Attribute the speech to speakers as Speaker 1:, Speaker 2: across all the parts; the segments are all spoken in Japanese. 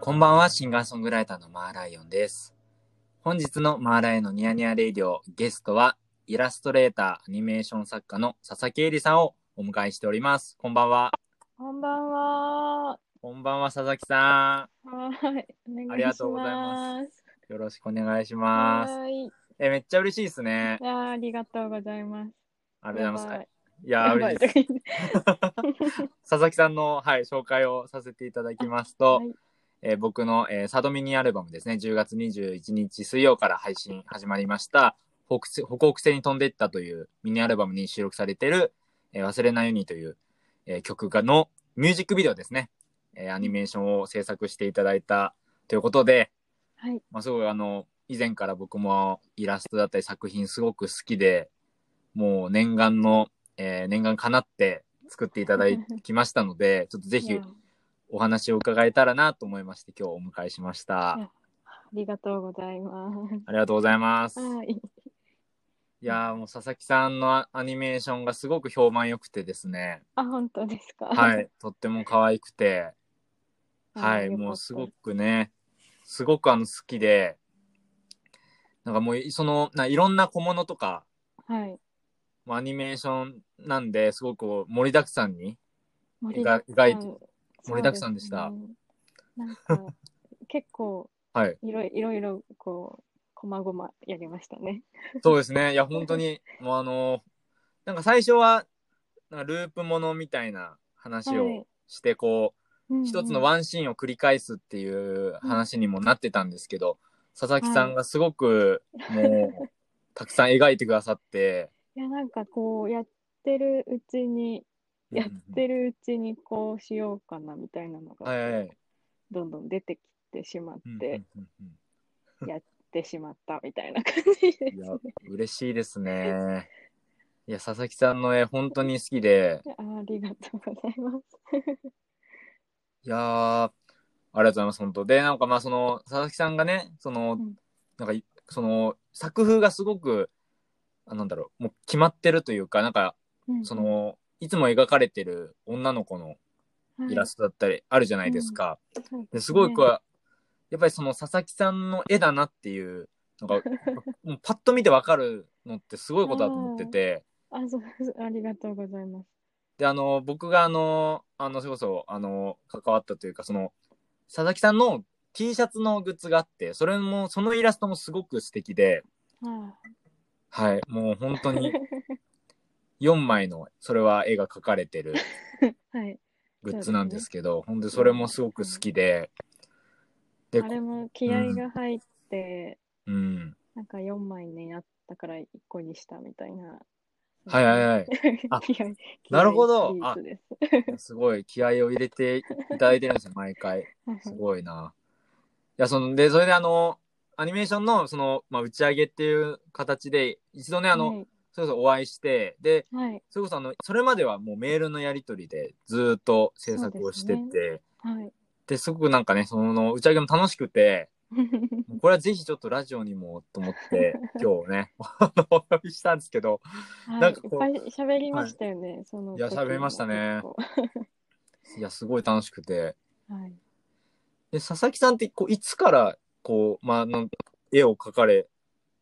Speaker 1: こんばんは、シンガーソングライターのマーライオンです。本日のマーライオンのニヤニヤレイディオ、ゲストは、イラストレーター、アニメーション作家の佐々木絵里さんをお迎えしております。こんばんは。
Speaker 2: こんばんは。
Speaker 1: こんばんは、佐々木さ
Speaker 2: はい。お願いします。。
Speaker 1: ありがとうございますん。よろしくお願いします。
Speaker 2: はーい。
Speaker 1: え、めっちゃ嬉しいですね。
Speaker 2: あーありがとうございます。
Speaker 1: ありがとうございます。い
Speaker 2: や
Speaker 1: やー、
Speaker 2: ば
Speaker 1: 嬉し
Speaker 2: い
Speaker 1: いです。 佐々木さんの、はい、紹介をさせていただきますと、
Speaker 2: はい
Speaker 1: えー僕の、えーサドミニアルバムですね、10月21日水曜から配信始まりました、北西北北西に飛んでいったというミニアルバムに収録されている、えー忘れないようにという、えー曲がのミュージックビデオですね、えーアニメーションを制作していただいたということで、
Speaker 2: はい。
Speaker 1: まあ、すごいあの以前から僕もイラストだったり作品すごく好きでもう念願の、えー念願かなって作っていただきましたのでちょっとぜ
Speaker 2: い
Speaker 1: ひ
Speaker 2: やー
Speaker 1: お話を伺えたらなと思いまして今日お迎えしまし
Speaker 2: い
Speaker 1: た
Speaker 2: やありがとうございま
Speaker 1: ありがとうございます
Speaker 2: す。はい。
Speaker 1: いやーもう佐々木さんのアアニメーションがすごく評判良くてですね
Speaker 2: あ、本当ですか。
Speaker 1: は
Speaker 2: あ。
Speaker 1: いとっても可愛くてはい、
Speaker 2: よかった
Speaker 1: もうすご。くね、すごくあの好きで、なんかもういそのないろんな小物とか、
Speaker 2: はい。
Speaker 1: もうアニメーションなんで、すごくこう盛りだくさんに。
Speaker 2: 盛りだくさ
Speaker 1: 意外
Speaker 2: ん。
Speaker 1: 盛りだくさんでした
Speaker 2: そうすね。なんか、結構、
Speaker 1: はい。
Speaker 2: いろいろいろ、こう、こまごまやりましたね。
Speaker 1: そうですね。いや、本当に、もうあの、なんか最初は、なんかループものみたいな話
Speaker 2: はい
Speaker 1: をして、こ
Speaker 2: うんう
Speaker 1: う、
Speaker 2: ん
Speaker 1: 一つのワンシーンを繰り返すっていう話にもなってたんですけど、佐々木さんがすごく、もう、たくさん描いてくださって、
Speaker 2: いや、なんかこう、やってるうちに、 やってるうちにこうしようかなみたいなの
Speaker 1: うんはいはい
Speaker 2: がどんどん出てきてしまっ
Speaker 1: うんうん
Speaker 2: て
Speaker 1: うんうん
Speaker 2: ってしまったみたいな感じです
Speaker 1: い
Speaker 2: ね
Speaker 1: や。、嬉しいですね。いや、佐々木さんの絵、本当に好きで、
Speaker 2: あありがとうございます。
Speaker 1: いやー、ありがとうございます、本当。で、なんかまあ、その、佐々木さんがね、その
Speaker 2: うん、
Speaker 1: なんかい、その、作風がすごく、あなんだろう、もう決まってるというか、なんか、
Speaker 2: うん
Speaker 1: その、いつも描かれてる女の子のイラストだったり、あるじゃないですか。
Speaker 2: ト、はい
Speaker 1: ですごい、こう、
Speaker 2: ね
Speaker 1: やっぱりその、佐々木さんの絵だなっていう、なん か、もうパッと見てわかるのってすごいことだと思ってて、
Speaker 2: あそうそうありがとうございます。
Speaker 1: で、あの、僕があの、あの、それこそ、あの、関わったというか、その、佐々木さんの T シャツのグッズがあって、それも、そのイラストもすごく素敵で、
Speaker 2: は
Speaker 1: はい、もう本当
Speaker 2: い
Speaker 1: に 4枚の、それは絵が描かれてる
Speaker 2: はい。
Speaker 1: グッズなんですけど、本当にそれもすごく好きで、で、
Speaker 2: あれも気合が入って、
Speaker 1: うん。
Speaker 2: なんか4枚ねあったから1個にしたみたいな。
Speaker 1: はいはいはい。あ
Speaker 2: 気合
Speaker 1: なるほど
Speaker 2: 気合シリーズです
Speaker 1: すごい気合を入れていただいてるんですよ、毎回。
Speaker 2: はい
Speaker 1: すごいな。いや、その、で、それであの、アニメーションの、その、まあ、打ち上げっていう形で、一度ね、あの、それこそお会いして、で、
Speaker 2: はいはい
Speaker 1: それこそあの、それまではもうメールのやり取りでずーっと制作をしてて、
Speaker 2: そう
Speaker 1: で
Speaker 2: はい。
Speaker 1: すごくなんかね、その、打ち上げも楽しくて、もうこれはぜひちょっとラジオにもと思 って、今日ね、 あのお呼びしたんですけど、
Speaker 2: はい、
Speaker 1: なんかこう
Speaker 2: いっぱい喋りましたよね、その
Speaker 1: いや
Speaker 2: 時も
Speaker 1: 喋りましたね
Speaker 2: 結構
Speaker 1: いや、すごい楽しくて。
Speaker 2: はい、
Speaker 1: で、佐々木さんって、こう、いつから、こう、まあ、あの絵を描かれ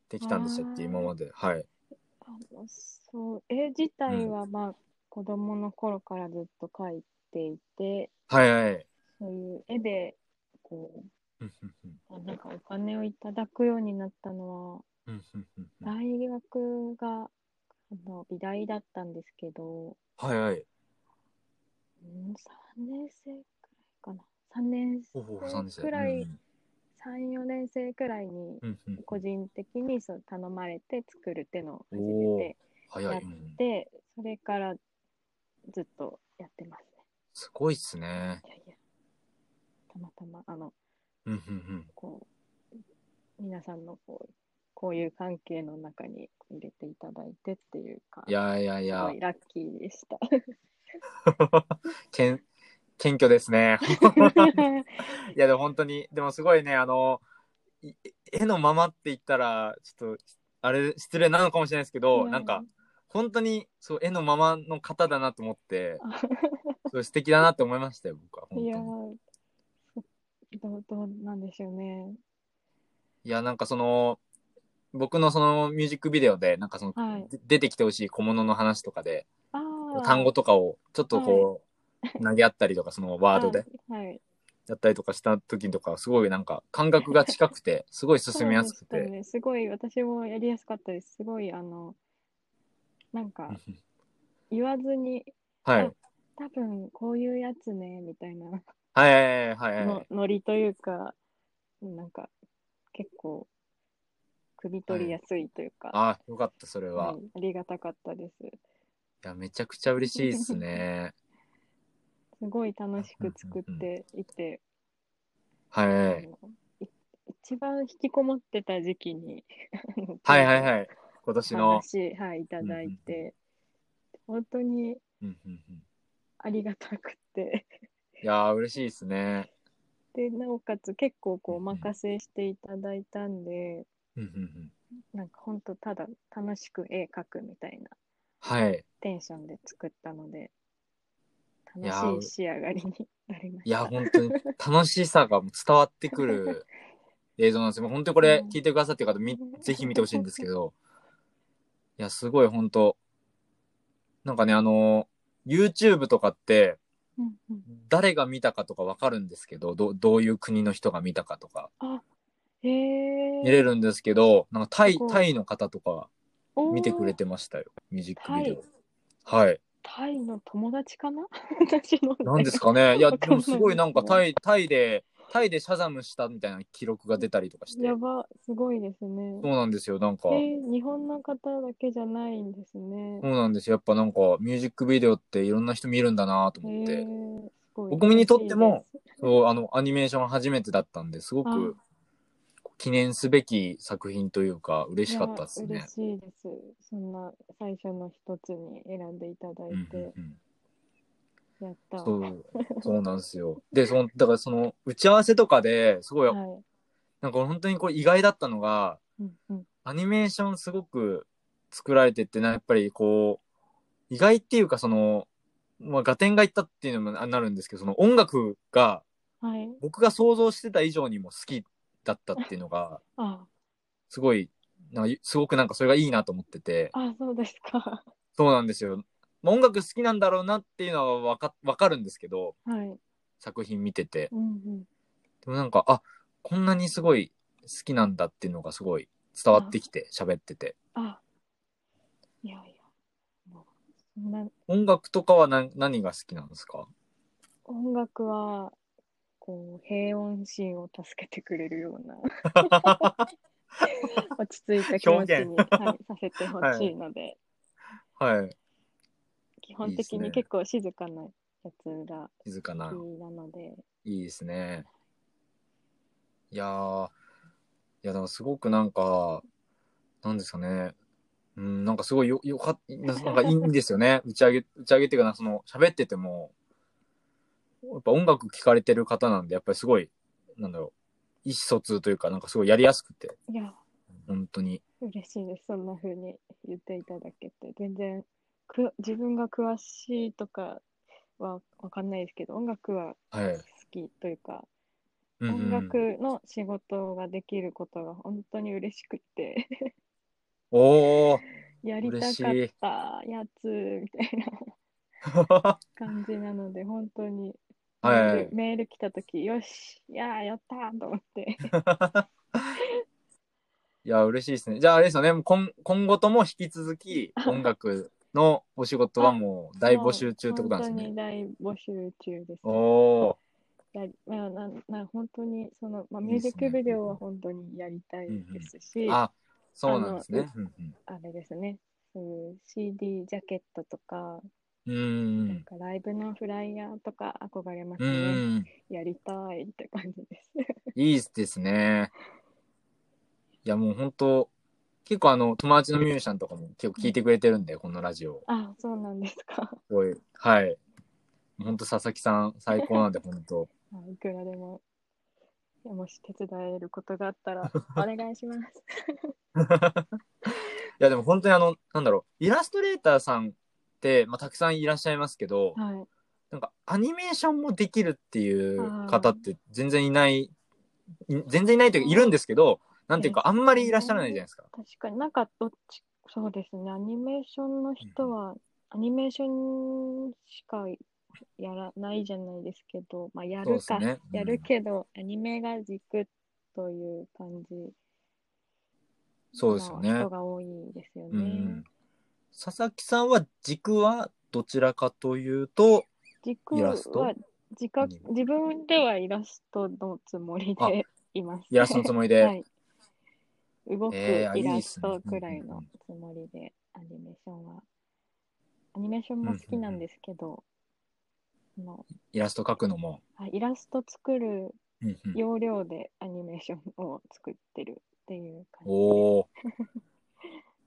Speaker 1: てきたんでしたっけ、
Speaker 2: あー
Speaker 1: 今まで。はい。
Speaker 2: あのそう絵自体はまあ、子供の頃からずっと描いていて
Speaker 1: はい はい。
Speaker 2: そういう絵でこ
Speaker 1: うんうんうん
Speaker 2: うあなんかお金をいただくようになったのは
Speaker 1: うんうんうんうん
Speaker 2: 大学があの美大だったんですけど、
Speaker 1: はいはい。
Speaker 2: うん、3年生くらいかな3年
Speaker 1: ほうほうそうなんです
Speaker 2: 生
Speaker 1: よ
Speaker 2: くらい
Speaker 1: うん
Speaker 2: 34年生くらいに
Speaker 1: うんうんうん
Speaker 2: 個人的にそう頼まれて作るってのを始
Speaker 1: おー
Speaker 2: め
Speaker 1: はい
Speaker 2: て
Speaker 1: は
Speaker 2: や
Speaker 1: い
Speaker 2: っ
Speaker 1: うん
Speaker 2: てそれからずっとやってます
Speaker 1: すごいっすね。
Speaker 2: ね。いやいやたまたまあの
Speaker 1: うんうんうん。
Speaker 2: こう皆さんのこうこういう関係の中に入れていただいてっていうか
Speaker 1: いやいやい
Speaker 2: す
Speaker 1: や
Speaker 2: ご、いラッキー でした。
Speaker 1: けん謙虚ですね。
Speaker 2: はい
Speaker 1: やでも本当に、でもすごいね、あの、い絵のままって言ったら、ちょっと、あれ、失礼なのかもしれないですけど、
Speaker 2: い
Speaker 1: なんか、本当に、そう、絵のままの方だなと思って、そう素敵だなって思いましたよ、僕は。本
Speaker 2: いや
Speaker 1: 当に。
Speaker 2: ーどう、どうなんでしょうね。
Speaker 1: いや、なんかその、僕のそのミュージックビデオで、なんかその、
Speaker 2: はい
Speaker 1: で出てきてほしい小物の話とかで、
Speaker 2: ああ。
Speaker 1: 単語とかをちょっとこう、投げ合ったりとか、そのワードで
Speaker 2: はい。はい。
Speaker 1: やったりとかした時とか、すごいなんか感覚が近くて、すごい進めやすく
Speaker 2: そうでし
Speaker 1: て。
Speaker 2: たね。すごい、私もやりやすかったです。すごい、あの、なんか、言わずに、
Speaker 1: はい。
Speaker 2: 多分こういうやつね、みたいな
Speaker 1: はいはいはいは
Speaker 2: の
Speaker 1: い。
Speaker 2: ノリというか、なんか、結構、汲み取りやすいというか、
Speaker 1: ああ、よかった、それは。
Speaker 2: はいいありがたかったです。
Speaker 1: や、めちゃくちゃ嬉しいです ね。
Speaker 2: すごい楽しく作っていて、
Speaker 1: はい。
Speaker 2: あのい一番引きこもってた時期に、
Speaker 1: はいはい
Speaker 2: い。
Speaker 1: はい。今年の。
Speaker 2: 話、はい、いただいて、本当に
Speaker 1: うんうんうん
Speaker 2: ありがたくて、
Speaker 1: いやー、嬉しいですね。
Speaker 2: で、なおかつ結構こうお
Speaker 1: うんうん
Speaker 2: 任せしていただいたんで、
Speaker 1: うんうんうん
Speaker 2: なんか本当ただ楽しく絵描くみたいな
Speaker 1: はい。
Speaker 2: テンションで作ったので、
Speaker 1: いやー
Speaker 2: 楽しい仕上がりになりま
Speaker 1: い
Speaker 2: し
Speaker 1: や、
Speaker 2: た。
Speaker 1: 本当に楽しさがもう伝わってくる映像なんですよ。もう本当にこれ聞いてくださってる方、みぜひ見てほしいんですけど。いや、すごい本当。なんかね、あの、YouTube とかって、
Speaker 2: うんうん
Speaker 1: 誰が見たかとかわかるんですけど、ど、どういう国の人が見たかとか、
Speaker 2: へ
Speaker 1: 見
Speaker 2: え
Speaker 1: れるんですけど、なんかタイ
Speaker 2: すご、い
Speaker 1: タイの方とか
Speaker 2: ー、
Speaker 1: 見てくれ
Speaker 2: おー
Speaker 1: てましたよ。ミュージックビデオ。はい。
Speaker 2: タイの友達かな 私の。
Speaker 1: なんですかね。いや、
Speaker 2: わ
Speaker 1: で
Speaker 2: かんない
Speaker 1: もすごいなんかタイ、タイで、タイでシャザムしたみたいな記録が出たりとかして。
Speaker 2: や
Speaker 1: そ
Speaker 2: ば、すごいですね。
Speaker 1: うなんですよ。なんか、
Speaker 2: え
Speaker 1: そ
Speaker 2: ー、日本の方だけじゃないんですね。
Speaker 1: うなんですよ。やっぱなんか、ミュージックビデオっていろんな人見るんだなと思っ
Speaker 2: え
Speaker 1: て。
Speaker 2: ー、すごい
Speaker 1: 僕にとっても
Speaker 2: 嬉しいです
Speaker 1: そう、あの、アニメーション初めてだったんで、すご
Speaker 2: あ
Speaker 1: く記念すべき作品というか、嬉しかったです
Speaker 2: いや
Speaker 1: ね。
Speaker 2: 嬉しいです。そんな最初の一つに選んでいただ
Speaker 1: うん
Speaker 2: い
Speaker 1: うん
Speaker 2: て、
Speaker 1: うん
Speaker 2: やった。
Speaker 1: そ
Speaker 2: は
Speaker 1: う、そうなんですよ。で、その、だからその、打ち合わせとかで、すごい、
Speaker 2: い。
Speaker 1: なんか本当にこれ意外だったのが、
Speaker 2: うんうん。
Speaker 1: アニメーションすごく作られてってな、やっぱりこう、意外っていうかその、まあ、合点がいったっていうのもななるんですけど、その音楽が
Speaker 2: はい。
Speaker 1: 僕が想像してた以上にも好きだったっていうのが、
Speaker 2: あ、
Speaker 1: すごい、なんかすごくなんかそれがいいなと思ってて、
Speaker 2: あ、そうですか。
Speaker 1: そうなんですよ。まあ、音楽好きなんだろうなっていうのはわかわかるんですけど、
Speaker 2: はい。
Speaker 1: 作品見てて。
Speaker 2: うんうん。
Speaker 1: でもなんか、あ、こんなにすごい好きなんだっていうのがすごい伝わってきて、喋ってて。
Speaker 2: あ、いやいや。もうそんな
Speaker 1: 音楽とかは何何が好きなんですか
Speaker 2: 音楽は、こう、平穏心を助けてくれるよ うな、落ち着いた気持ち
Speaker 1: 表
Speaker 2: に、はい、させてほしいので、
Speaker 1: はい。
Speaker 2: 基本
Speaker 1: いい
Speaker 2: 的
Speaker 1: ですね
Speaker 2: に結構静かなやつが
Speaker 1: 静か
Speaker 2: 好
Speaker 1: な。
Speaker 2: きなので、
Speaker 1: いいですね。いやー、いや、でもすごくなんか、なんですかね。うん、なんかすごいよ、よかっなんかいいんですよね。 打ち上げ、打ち上げっていうかな、その、喋ってても、やっぱ音楽聴かれてる方なんで、やっぱりすごい、なんだろう、意思疎通というか、なんかすごいやりやすくて、
Speaker 2: いや、
Speaker 1: 本当に。
Speaker 2: 嬉しいです。そんな風に言っていただけて、全然く、自分が詳しいとかはわかんないですけど、音楽は
Speaker 1: はい。
Speaker 2: 好きというか、
Speaker 1: うんうん
Speaker 2: 音楽の仕事ができることが本当に嬉しくて、
Speaker 1: おー
Speaker 2: やりたかったやつみたいな感じなので、本当にメ
Speaker 1: はい
Speaker 2: ール,、メール来たとき、よし、いやー、やったーと思って、
Speaker 1: いや、嬉しいですね。じゃあ、あれですよね。もう今今後とも引き続き、音楽のお仕事はもう大募集中ってことなんです
Speaker 2: も
Speaker 1: ね。
Speaker 2: う本当に大募集中です。
Speaker 1: お
Speaker 2: やりまあ、なな本当にその、まあ、
Speaker 1: い
Speaker 2: ミ
Speaker 1: い
Speaker 2: ュー
Speaker 1: っす
Speaker 2: ジ
Speaker 1: ね
Speaker 2: ックビデオは本当にやりたいですし、
Speaker 1: ー。
Speaker 2: あ
Speaker 1: あ、そうなんですね。うん
Speaker 2: れですね、そういう CD ジャケットとか、
Speaker 1: う
Speaker 2: なん
Speaker 1: ん。
Speaker 2: かライブのフライヤーとか憧れます
Speaker 1: うん。うん
Speaker 2: ね。
Speaker 1: うん。
Speaker 2: やりたいって感じです。
Speaker 1: いいですね。いや、もう本当結構あの、友達のミュージシャンとかも結構聞いてくれてるんで、このラジオ。
Speaker 2: あ、そうなんです か。
Speaker 1: すごい。はい。本当佐々木さん、最高なんで、本当
Speaker 2: まあいくらでも。いやもし手伝えることがあった らお願いします。
Speaker 1: いやでも本当にあのなんだろうイラストレーターさんって、まあ、たくさんいらっしゃいますけど
Speaker 2: はい。
Speaker 1: なんかアニメーションもできるっていう方って全然いない、い全然いないというかいるんですけど、なんていうかあんまりいらっしゃらないじゃないですか。
Speaker 2: 確かになんかどっち、そうですね、アニメーションの人は、アニメーションしかやらないじゃないですけど、まあ、や
Speaker 1: そう
Speaker 2: る
Speaker 1: です
Speaker 2: か、
Speaker 1: ね。
Speaker 2: や
Speaker 1: う
Speaker 2: る
Speaker 1: ん
Speaker 2: けど、アニメが軸という感じ
Speaker 1: そうですよね。
Speaker 2: の人が多いですよ
Speaker 1: う
Speaker 2: ね
Speaker 1: ん。佐々木さんは軸はどちらかというと、
Speaker 2: 軸
Speaker 1: イラスト
Speaker 2: は自覚
Speaker 1: アニメ
Speaker 2: 自分ではイラストのつもり
Speaker 1: あ
Speaker 2: でいます。
Speaker 1: イラストのつもりで。
Speaker 2: はい、動く
Speaker 1: えーあ
Speaker 2: イ
Speaker 1: いい
Speaker 2: ラ
Speaker 1: っす
Speaker 2: ス
Speaker 1: ね
Speaker 2: トくらいのつもりでアニメーションは。アニメーションも好きなんですけど、あの
Speaker 1: イラスト描くのも。
Speaker 2: あイラスト作る
Speaker 1: うんうん、
Speaker 2: 要領でアニメーションを作ってるっていう感じ。
Speaker 1: おお。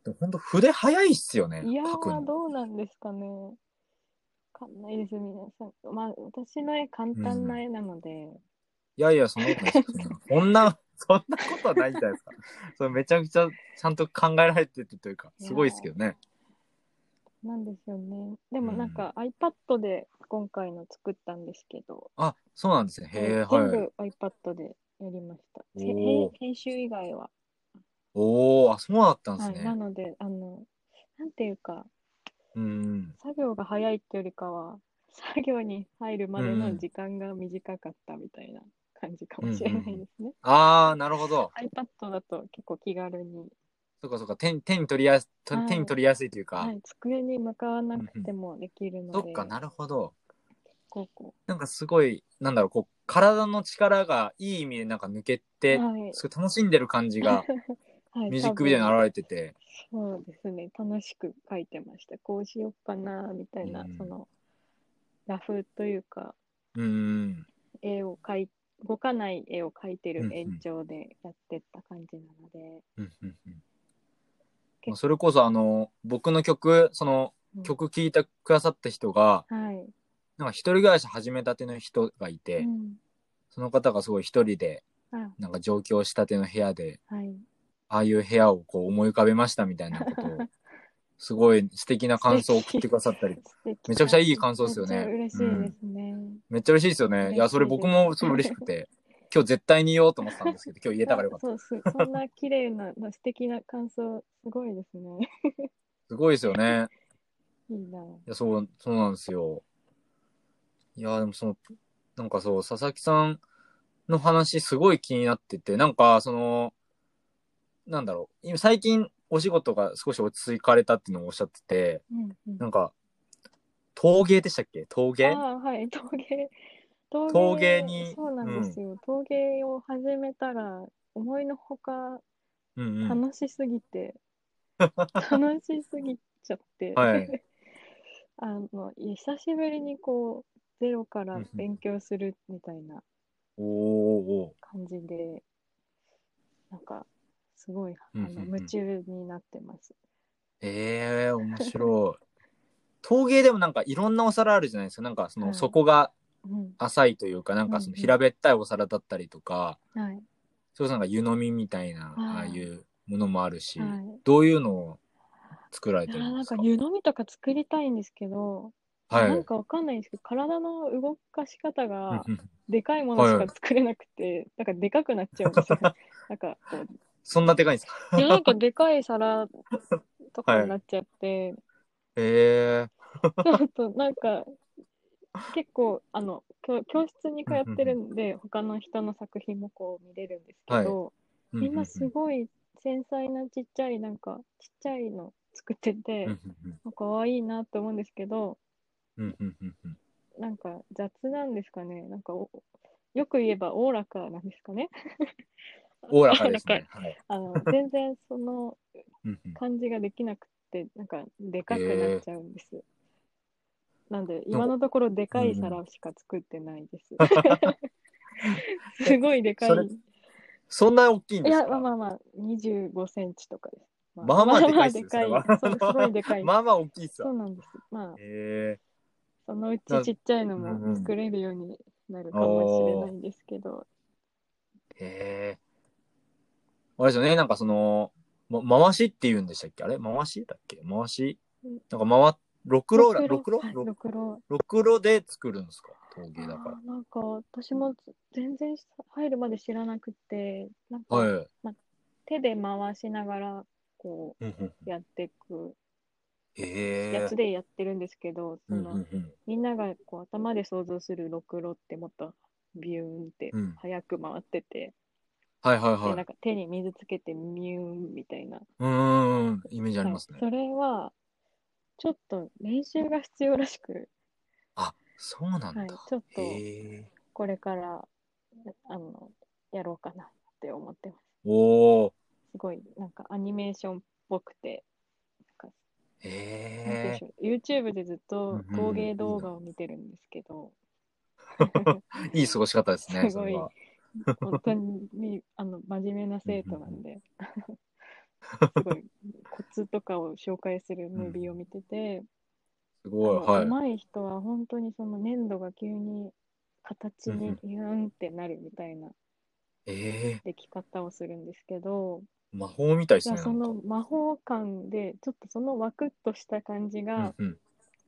Speaker 1: でも本当筆早いっすよね。
Speaker 2: いや
Speaker 1: 描く
Speaker 2: ー、
Speaker 1: の。
Speaker 2: どうなんですかね。わかんないです、皆さん。まあ、私の絵、簡単な絵なので、
Speaker 1: いやいや、そんなことないです。そんな、そんなことはないじゃないですか。それめちゃくちゃちゃんと考えられてるというか、すごいですけどね。
Speaker 2: なんですよね。でも
Speaker 1: うん
Speaker 2: なんか iPad で今回の作ったんですけど、
Speaker 1: あ、そうなんですね。へえ、
Speaker 2: 全
Speaker 1: はい。
Speaker 2: 部 iPad でやりました。
Speaker 1: おー
Speaker 2: せ編編集以外は。
Speaker 1: おお、あ、そうだったんです
Speaker 2: はい、
Speaker 1: ね。
Speaker 2: なので、あの、なんていうか、
Speaker 1: うん。
Speaker 2: 作業が早いってよりかは、作業に入るまで
Speaker 1: うんう
Speaker 2: の
Speaker 1: ん
Speaker 2: 時間が短かったみたいな感じかもしれないですね。
Speaker 1: ああ、なるほど。
Speaker 2: iPad だと結構気軽に、
Speaker 1: そうかそうか。手に手に取りやす、手
Speaker 2: はい
Speaker 1: 手に取りやすいというか。
Speaker 2: はい、机に向かわなくてもできるので、
Speaker 1: そっかなるほど。
Speaker 2: こうこ
Speaker 1: なんかすごい、なんだろう、こう、体の力がいい意味でなんか抜け
Speaker 2: う
Speaker 1: て、
Speaker 2: はい、
Speaker 1: すごい楽しんでる感じが、
Speaker 2: はい、
Speaker 1: ミュージックビデオに
Speaker 2: 多分
Speaker 1: 現れてて、
Speaker 2: そうですね、楽しく書いてました。こうしようかな、みたいな、
Speaker 1: うん
Speaker 2: その、ラフというか、
Speaker 1: うーん。
Speaker 2: 絵を描い、動かない絵を描いて
Speaker 1: うんう
Speaker 2: る
Speaker 1: ん
Speaker 2: 延長でやってった感じなので、
Speaker 1: うんうんうんまあそれこそあの、僕の曲、その
Speaker 2: うん
Speaker 1: 曲聴いてくださった人が、
Speaker 2: はい。
Speaker 1: なんか一人暮らし始めたての人がいうて、
Speaker 2: ん、
Speaker 1: その方がすごい一人で、
Speaker 2: あ
Speaker 1: なんか上京したての部屋で、
Speaker 2: はい。
Speaker 1: ああいう部屋をこう思い浮かべましたみたいなこと を、すごい素敵な感想を送ってくださったり、
Speaker 2: 素敵
Speaker 1: めちゃくちゃいい感想ですよね
Speaker 2: めっちゃ嬉しいですね。
Speaker 1: めっちゃ嬉しいですよね。いや、それ僕もすごい嬉しくて、今日絶対に言おうと思ってたんですけど、今日言えた からよかった。
Speaker 2: そうすそんな綺麗な、 まあ素敵な感想、すごいですね。
Speaker 1: すごいですよね。
Speaker 2: いいな。
Speaker 1: いや、そう、そうなんですよ。いや、でもその、なんかそう、佐々木さんの話すごい気になってて、なんかその、なんだろう、今最近お仕事が少し落ち着かれたっていうのをおっしゃってて、
Speaker 2: うんうん
Speaker 1: なんか、陶芸でしたっけ陶芸
Speaker 2: ああ、はい、陶芸。陶
Speaker 1: 陶芸に
Speaker 2: そうなんですよ。陶芸を始めたら、思いのほか
Speaker 1: うんうん。
Speaker 2: 楽しす ぎて、楽しすぎちゃって、
Speaker 1: はい
Speaker 2: あの、久しぶりにこう、ゼロから
Speaker 1: うんうん
Speaker 2: 勉強するみたいな
Speaker 1: おーお
Speaker 2: 感じで、なんか、すごい、あ
Speaker 1: うんうんう
Speaker 2: の、
Speaker 1: ん
Speaker 2: 夢中になってます。
Speaker 1: ーええー、面白い。陶芸でもなんかいろんなお皿あるじゃないですか。なんかそ
Speaker 2: は
Speaker 1: の
Speaker 2: い
Speaker 1: 底が
Speaker 2: うん、
Speaker 1: 浅いというか、なんかその
Speaker 2: うんうん
Speaker 1: 平べったいお皿だったりとか、
Speaker 2: はい、
Speaker 1: それこそなんか湯飲みみたいな、
Speaker 2: あー
Speaker 1: ああいうものもあるし、
Speaker 2: はい。
Speaker 1: どういうのを作られ
Speaker 2: い
Speaker 1: て
Speaker 2: や
Speaker 1: るん
Speaker 2: な
Speaker 1: で
Speaker 2: ん
Speaker 1: すか
Speaker 2: か湯飲みとか作りたいんですけど、
Speaker 1: は
Speaker 2: なん
Speaker 1: い。
Speaker 2: かわかんないんですけど、体の動かし方が、
Speaker 1: うんうん
Speaker 2: でかいものしか作れなくて、なんかでかくなっちゃうんですよ。 なんかこ
Speaker 1: そんなでかいんですか
Speaker 2: う、いやなんかでかい皿とかになっちゃって、
Speaker 1: え
Speaker 2: ちょっとなんか、結構、あの、教教室に通ってるんで、他の人の作品もこう見れるんですけど、
Speaker 1: えー。
Speaker 2: みんなすごい繊細なちっちゃい、なんか、ちっちゃいの作ってて
Speaker 1: うん、うん
Speaker 2: なんか可愛いなと思うんですけど、
Speaker 1: うんうんうんうんうん
Speaker 2: なんか雑なんですかね。なんかお、よく言えばおおらかなんですかね。
Speaker 1: おおらかです
Speaker 2: なん
Speaker 1: ね。はい。
Speaker 2: あの、全然その、
Speaker 1: うんうん
Speaker 2: 感じができなくってなんかでかくなっちゃうんです、なんで今のところでかい皿しか作ってないです、 すごいでかい
Speaker 1: それそんな大きいん
Speaker 2: い
Speaker 1: です
Speaker 2: や
Speaker 1: か
Speaker 2: まあまあまあ25センチとかです
Speaker 1: まあまあでかいですよ
Speaker 2: まあまあ
Speaker 1: それは
Speaker 2: でかいそうすごいでかい、
Speaker 1: まあまあ大きいっす
Speaker 2: そ
Speaker 1: わ
Speaker 2: う。なんですまあ
Speaker 1: え
Speaker 2: そのう
Speaker 1: な
Speaker 2: ちちっちゃいの
Speaker 1: うんうん
Speaker 2: も作れるようになるかもしれないんですけど、
Speaker 1: ー、えー。あれですよね、なんかその、ま、回しって言うんでしたっけあれ回しだっけ回し
Speaker 2: うん
Speaker 1: なんか回っろくろだ、ろ
Speaker 2: ろ
Speaker 1: く
Speaker 2: く
Speaker 1: ろ
Speaker 2: ろ
Speaker 1: ろ
Speaker 2: ろくろ
Speaker 1: ろくろで作るんですか陶
Speaker 2: あ
Speaker 1: 芸だか
Speaker 2: ーなんか私も全然入るまで知らなくてなん
Speaker 1: ら。はい
Speaker 2: か。手で回しながらこ
Speaker 1: うんうん
Speaker 2: うやっていく
Speaker 1: へえ
Speaker 2: やつ。でやってるんですけど、
Speaker 1: う
Speaker 2: そ
Speaker 1: んう
Speaker 2: の
Speaker 1: んうん
Speaker 2: みんながこう頭で想像するろくろってもっとビューンって
Speaker 1: うん
Speaker 2: 早く回ってて、
Speaker 1: はいはい
Speaker 2: で
Speaker 1: は
Speaker 2: ないん。か手に水つけてミューンみたいな、
Speaker 1: うんうんうん。イメージありますね
Speaker 2: は。いそれはちょっと練習が必要らしく
Speaker 1: あ、そうなんだ。
Speaker 2: はいちょっと
Speaker 1: へえ。
Speaker 2: これからあのやろうかなって思ってます
Speaker 1: おー。
Speaker 2: すごいなんかアニメーションっぽくてなんかなんて言うんで
Speaker 1: へ
Speaker 2: しょう YouTube でずっと
Speaker 1: うんうん
Speaker 2: 陶芸動画を見てるんですけど、
Speaker 1: え。いい過ごし方ですね。
Speaker 2: すご
Speaker 1: それ
Speaker 2: い
Speaker 1: は
Speaker 2: 本当にあの真面目な生徒なんで、すごいコツとかを紹介するムービーを見てて、
Speaker 1: す
Speaker 2: う
Speaker 1: ごい。はい。
Speaker 2: 上手い人は本当にその粘土が急に形にギューンってなるみたいな
Speaker 1: ええ。
Speaker 2: 出来方をするんですけど、
Speaker 1: 魔法みたいで
Speaker 2: い
Speaker 1: す
Speaker 2: や
Speaker 1: ね。
Speaker 2: その魔法感でちょっとそのワクッとした感じ
Speaker 1: なん
Speaker 2: が
Speaker 1: か、うん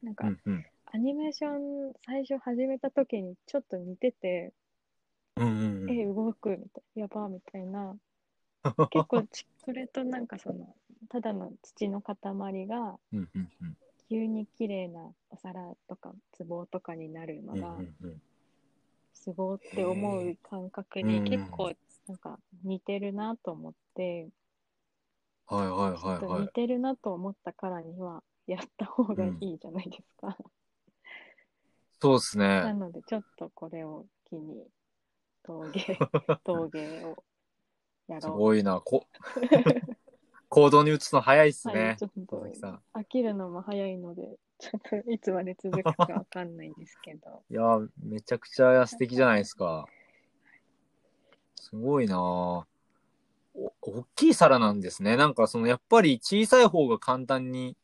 Speaker 2: なん
Speaker 1: う
Speaker 2: か
Speaker 1: んうん
Speaker 2: アニメーション最初始めた時にちょっと似てて、
Speaker 1: うんうんうん
Speaker 2: え動くみたいやばーみたい な結構ちそれとなんかそのただの土の塊が
Speaker 1: うんうんうん
Speaker 2: 急に綺麗なお皿とか壺とかになるの
Speaker 1: うん
Speaker 2: が
Speaker 1: うんうん
Speaker 2: すごーって思う感覚
Speaker 1: へ
Speaker 2: に
Speaker 1: ー
Speaker 2: 結構なんか似てるなと思って、
Speaker 1: はいはい
Speaker 2: ちょっ
Speaker 1: はい
Speaker 2: と
Speaker 1: は
Speaker 2: 似
Speaker 1: い。
Speaker 2: てるなと思ったからにはやった方がいいじゃないですか。
Speaker 1: そうです
Speaker 2: な
Speaker 1: ね。
Speaker 2: のでちょっとこれを機に陶 芸陶芸をや
Speaker 1: す
Speaker 2: ろう。
Speaker 1: ごいな。こ 行動に移すの早いです
Speaker 2: は
Speaker 1: ね
Speaker 2: い、ち。ょっと
Speaker 1: 佐々木さん。
Speaker 2: 飽きるのも早いので、ちょっといつまで続くかわかんないんですけど。
Speaker 1: いやー、めちゃくちゃ素敵じゃないですか。すごいなーお大きい皿なんですね。なんかそのやっぱり小さい方が簡単に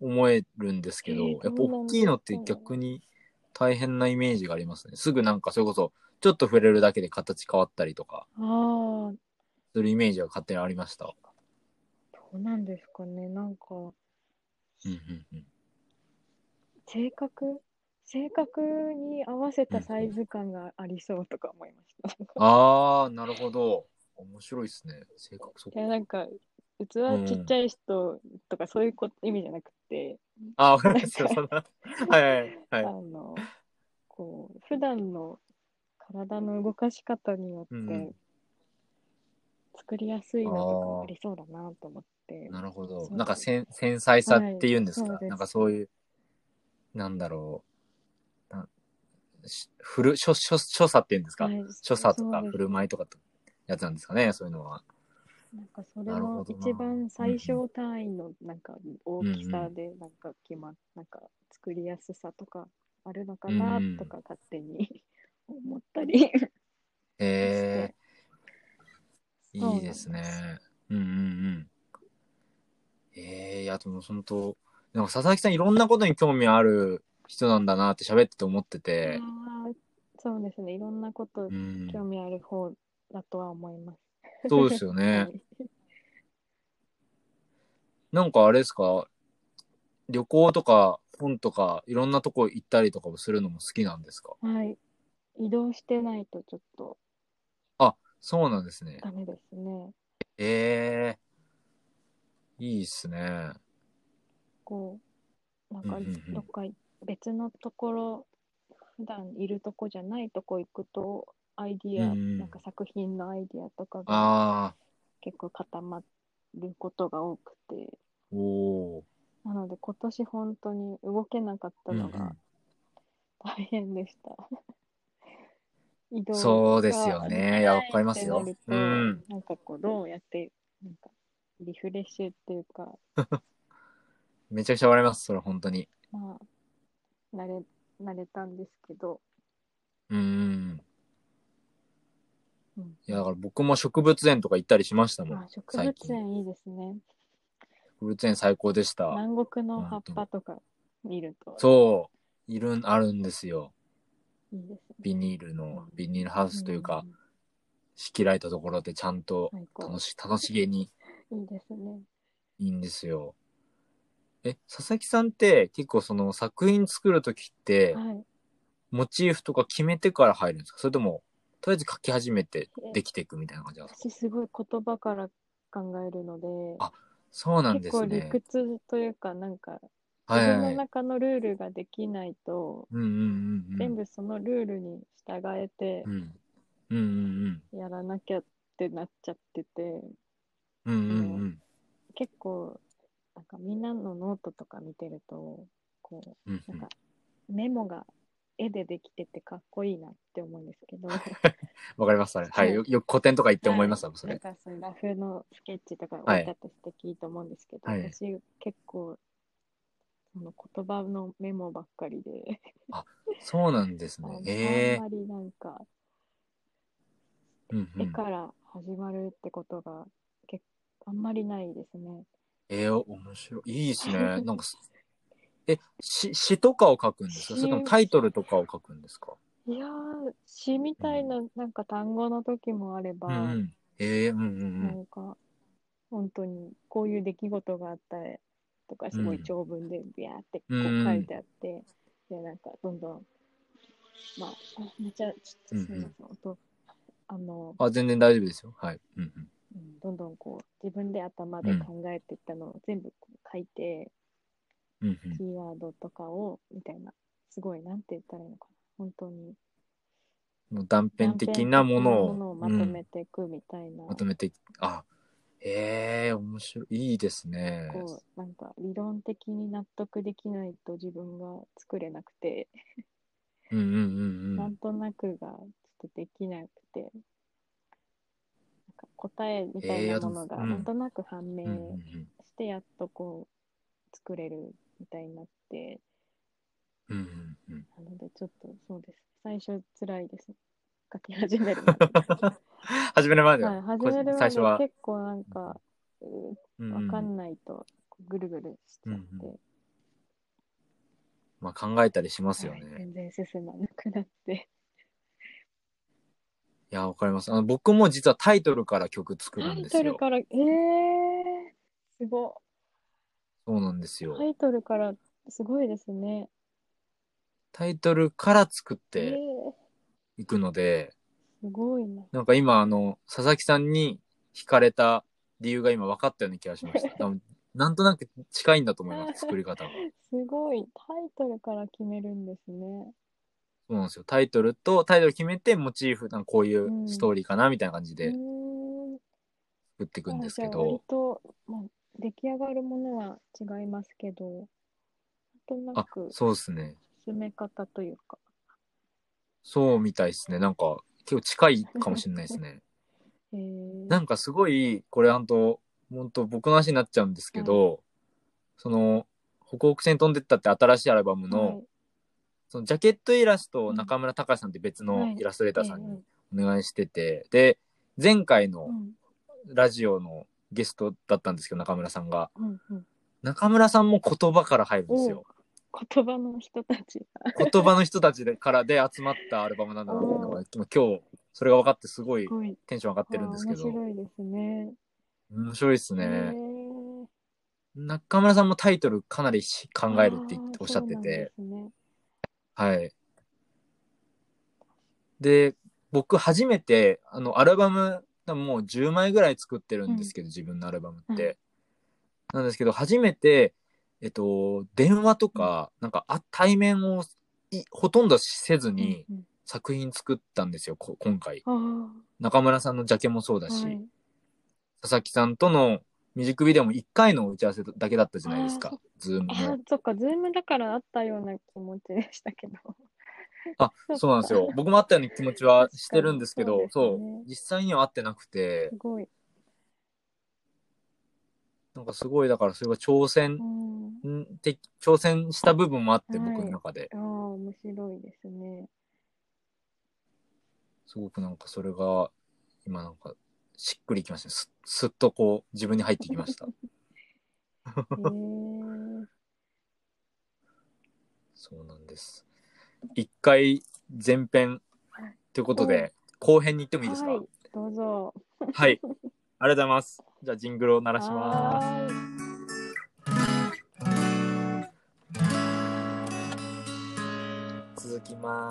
Speaker 1: 思えるんですけど、
Speaker 2: えー
Speaker 1: やっぱ
Speaker 2: そうなん
Speaker 1: 大
Speaker 2: だ
Speaker 1: きいのって逆に大変なイメージがありますね。すぐなんかそれこそちょっと触れるだけで形変わったりとか
Speaker 2: ああ、
Speaker 1: するイメージが勝手にありました。
Speaker 2: どうなんですかね。なんか、
Speaker 1: うんうんうん
Speaker 2: 性格性格に合わせたサイズ感がありそうとか思いました。
Speaker 1: あー、なるほど。面白いですね。性格そっ
Speaker 2: い
Speaker 1: か
Speaker 2: や、なんか、器ちっちゃい人とかそういうこ意味じゃなくて、
Speaker 1: あー、 わかりました。そんなはいはい
Speaker 2: あ
Speaker 1: はい。
Speaker 2: の、こう、普段の体の動かし方によっ
Speaker 1: うんう
Speaker 2: て
Speaker 1: ん、
Speaker 2: 作りやすいのとかもありそうだなと思って。
Speaker 1: なるほど。
Speaker 2: そう
Speaker 1: なんかせん繊細さっていうんですか、
Speaker 2: はいそうです
Speaker 1: なんかそういう、なんだろう。なしふる、しょ、しょ、所作っていうんですか、
Speaker 2: はい
Speaker 1: 所作とか
Speaker 2: そうです
Speaker 1: 振る舞いとかとやつなんですかね、そういうのは。
Speaker 2: なんかそれ
Speaker 1: なる
Speaker 2: も
Speaker 1: ほどな
Speaker 2: 一番最小単位のなんか大きさでなんか決まっなんか作りやすさとかあるのかな
Speaker 1: うんうん
Speaker 2: とか勝手に 思ったりして、
Speaker 1: へえ
Speaker 2: そうなん
Speaker 1: いいですね
Speaker 2: ですよ。
Speaker 1: うんうんうん。ええいや、でも本当、なんか佐々木さんいろんなことに興味ある人なんだなって喋ってて思ってて。
Speaker 2: あーそうですねいろんなこと
Speaker 1: うん。
Speaker 2: 興味ある方だとは思います。
Speaker 1: そうですよ ね。
Speaker 2: はい
Speaker 1: なんかあれですか旅行とか本とかいろんなとこ行ったりとかをするのも好きなんですか
Speaker 2: はい、移動してないとちょっと
Speaker 1: そうなんですね。
Speaker 2: ダメですね。
Speaker 1: ええいいっすね。
Speaker 2: こうなん
Speaker 1: う
Speaker 2: か
Speaker 1: んうんうん
Speaker 2: どっか別のところ普段いるとこじゃないとこ行くとアイディア、
Speaker 1: うんうん
Speaker 2: なんか作品のアイディアとかが
Speaker 1: ああ、
Speaker 2: 結構固まることが多くて
Speaker 1: おお。
Speaker 2: なので今年本当に動けなかったの
Speaker 1: うんう
Speaker 2: が
Speaker 1: ん
Speaker 2: 大変でした。 移動
Speaker 1: そうですよね
Speaker 2: が
Speaker 1: いやわかりますよ
Speaker 2: できな
Speaker 1: う
Speaker 2: いってなる
Speaker 1: ん
Speaker 2: と、なんかこうどうやってなんかリフレッシュっていうか
Speaker 1: めちゃくちゃ笑います、それ本当に。
Speaker 2: まあ慣れ慣れたんですけど。
Speaker 1: うん。
Speaker 2: うん
Speaker 1: いや、だから僕も植物園とか行ったりしましたもん。
Speaker 2: あ植
Speaker 1: 最
Speaker 2: 物
Speaker 1: 近
Speaker 2: 園いいですね。
Speaker 1: 植物園最高でした。
Speaker 2: 南国の葉っぱとか見ると
Speaker 1: そう。いるん、あるんですよ。
Speaker 2: いいですね。
Speaker 1: ビニールの、ビニールハウスというか、
Speaker 2: ん
Speaker 1: 仕切られたところでちゃんと
Speaker 2: 最高
Speaker 1: 楽し、楽しげに
Speaker 2: いいですね。
Speaker 1: いいんですよ。え、佐々木さんって結構その作品作るときって、
Speaker 2: はい。
Speaker 1: モチーフとか決めてから入るんですかそれとも、とりあえず書き始めて
Speaker 2: え
Speaker 1: できていくみたいな感じなんですか
Speaker 2: 私すごい言葉から考えるので、
Speaker 1: あそうなんで
Speaker 2: 結構
Speaker 1: す
Speaker 2: 理
Speaker 1: ね。
Speaker 2: 屈というか、なんか、
Speaker 1: は
Speaker 2: 自
Speaker 1: い
Speaker 2: 分
Speaker 1: は
Speaker 2: の
Speaker 1: い。
Speaker 2: 中のルールができないと、
Speaker 1: うんうんうんうん。
Speaker 2: 全部そのルールに従えて
Speaker 1: うん。うんうん
Speaker 2: やらなきゃってなっちゃってて、
Speaker 1: うん。うんうんうん。
Speaker 2: 結構、なんかみんなのノートとか見てると、こう、
Speaker 1: うんう
Speaker 2: なん
Speaker 1: ん
Speaker 2: かメモが絵でできててかっこいいなって思うんですけど、
Speaker 1: わかります、それ。は
Speaker 2: はい
Speaker 1: い。よよく古典とか言って思います、
Speaker 2: は
Speaker 1: そ
Speaker 2: なん
Speaker 1: れ。
Speaker 2: かそういうラフのスケッチとか置いてあって素敵と思うんですけど、
Speaker 1: はい
Speaker 2: 私結構その言葉のメモばっかりで、
Speaker 1: そうなんです
Speaker 2: あの
Speaker 1: ね。え
Speaker 2: あんまりなんか
Speaker 1: えうんう
Speaker 2: 絵
Speaker 1: ん。
Speaker 2: から始まるってことが結あんまりないですね。
Speaker 1: ええ面白い。いいです ね。なんかす、え、詩、詩とかを書くんですか
Speaker 2: 詩
Speaker 1: それともタイトルとかを書くんですか
Speaker 2: いやー詩みたいななんか単語の時もあれば、
Speaker 1: うんうん。ええうんうんう。
Speaker 2: なんんか本当にこういう出来事があったりとかすごい長文でビャーってこう
Speaker 1: うん
Speaker 2: 書いてあって、でなんかどんどんまああめっちゃちょっとすみません、音あの、
Speaker 1: あ、全然大丈夫ですよ。はい。うんうん。
Speaker 2: うんどんどんこう自分で頭で考えていったのを全部こう書いて、
Speaker 1: うん
Speaker 2: キーワードとかをみたいなすごいなんて言ったらいいのかな本当に
Speaker 1: うん。もう断片的なもの
Speaker 2: 断片的なもの
Speaker 1: を
Speaker 2: をまとめていくみたいな、
Speaker 1: うんまとめて、あ、ええ面白い。いいですね。
Speaker 2: こうなんか理論的に納得できないと自分が作れなくて、
Speaker 1: うんうんうんう
Speaker 2: なん
Speaker 1: ん。
Speaker 2: となくがちょっとできなくてなんか答えみたいなものが
Speaker 1: えーいやでもうん
Speaker 2: なんとなく判明
Speaker 1: うんうんうん
Speaker 2: してやっとこう作れるみたいになって
Speaker 1: うんうんうん。
Speaker 2: なのでちょっとそうです最初辛いです書き始めるまで
Speaker 1: 始めるまで
Speaker 2: はい
Speaker 1: は、
Speaker 2: 始め
Speaker 1: こ最
Speaker 2: るまで
Speaker 1: 初は、
Speaker 2: 結構なんかう
Speaker 1: うんう
Speaker 2: わ
Speaker 1: ん
Speaker 2: かんないとぐるぐるしちゃって、
Speaker 1: うんうんまあ考えたりしますよ
Speaker 2: は
Speaker 1: ね。
Speaker 2: い、全然進まなくなって
Speaker 1: いや、わかります。あの、僕も実はタイトルから曲作
Speaker 2: タ
Speaker 1: るん
Speaker 2: イ
Speaker 1: です
Speaker 2: トル
Speaker 1: よ。
Speaker 2: からえー、すご
Speaker 1: そうなんです
Speaker 2: い
Speaker 1: よ
Speaker 2: タ。イトルからすごいですね
Speaker 1: タイトルから作っ
Speaker 2: ええ
Speaker 1: ていくので、
Speaker 2: すごいな。
Speaker 1: なんか今、あの、佐々木さんに惹かれた理由が今分かったような気がしま した。多分なんとなく近いんだと思います、作り方 が。
Speaker 2: すごい。タイトルから決めるんですね。
Speaker 1: そうなんですよ。タイトルと、タイトル決めて、モチーフ、なんかこういうストーリーかな、みたいな感じ
Speaker 2: う
Speaker 1: で
Speaker 2: ーん。
Speaker 1: 作っていくんですけ
Speaker 2: あじゃあ割
Speaker 1: ど、
Speaker 2: と、まあ、出来上がるものは違いますけど、なんとな
Speaker 1: あ
Speaker 2: く、
Speaker 1: そうですね。
Speaker 2: 進め方というか。
Speaker 1: そうみたいですね。なんか、結構近いかもしれないですね。
Speaker 2: えー、
Speaker 1: なんかすごい、これ本当本当僕の話になっちゃうんですけど、その、北北線飛んでったって新しいアルバムの、
Speaker 2: はい
Speaker 1: そのジャケットイラストを中村隆さんって別
Speaker 2: は
Speaker 1: の
Speaker 2: い
Speaker 1: イラストレーターさん
Speaker 2: え
Speaker 1: にお願いしてて、で、前回
Speaker 2: え
Speaker 1: の
Speaker 2: うん
Speaker 1: ラジオのゲストだったんですけど、中村さんが。
Speaker 2: うんうん、
Speaker 1: 中村さんも言葉から入るんですよ。
Speaker 2: 言葉の人たちが。
Speaker 1: 言葉の人たちでからで集まったアルバムなんだなっていうのが、今日、それが分かってすごい
Speaker 2: すごい。
Speaker 1: テンション上がっ
Speaker 2: あ
Speaker 1: て
Speaker 2: ー
Speaker 1: るんですけ
Speaker 2: 面
Speaker 1: ど、面白
Speaker 2: 白いですね。
Speaker 1: いですね。
Speaker 2: えー
Speaker 1: 中村さんもタイトルかなりし考えるって言っ
Speaker 2: あー
Speaker 1: おっしゃって
Speaker 2: そうなんで
Speaker 1: て、
Speaker 2: すね。
Speaker 1: はい。で、僕初めて、あの、アルバム、もう10枚ぐらい作ってるんですけど、自分のアルバムって。なんですけど、初めて、えっと、電話とか、なんか、あ対面をいほとんどせずに
Speaker 2: うん
Speaker 1: 作品作ったんですよ、こ今回。
Speaker 2: うん、あ
Speaker 1: 中村さんのジャケもそうだ
Speaker 2: あ、
Speaker 1: し、
Speaker 2: はい
Speaker 1: 佐々木さんとのミュージックビデオも1回の打ち合わせだけだったじゃないです
Speaker 2: あー
Speaker 1: か、ズームの。
Speaker 2: あ、そっか、ズームだからあったような気持ちでしたけど。
Speaker 1: あ、
Speaker 2: そっか
Speaker 1: そうなんです よ。僕もあったような気持ちはしてるんですけど、
Speaker 2: 確かに
Speaker 1: そ
Speaker 2: そううですね
Speaker 1: 実際には会ってなくて
Speaker 2: す、ごい。
Speaker 1: なんかすごい、だからそれが挑
Speaker 2: う
Speaker 1: 戦、
Speaker 2: ん。
Speaker 1: んて挑戦した部分もあって、
Speaker 2: はい
Speaker 1: 僕の中で。
Speaker 2: ああ、面白いですね。
Speaker 1: すごくなんかそれが、今なんか、しっくりきましたね。す、すっとこう、自分に入ってきま した。
Speaker 2: えー、
Speaker 1: そうなんです。一回、前編、ということで、後編に行ってもいいですか
Speaker 2: はい、どうぞ。
Speaker 1: はい。ありがとうございます。じゃあ、ジングルを鳴らします。
Speaker 2: はーい
Speaker 1: 続きます。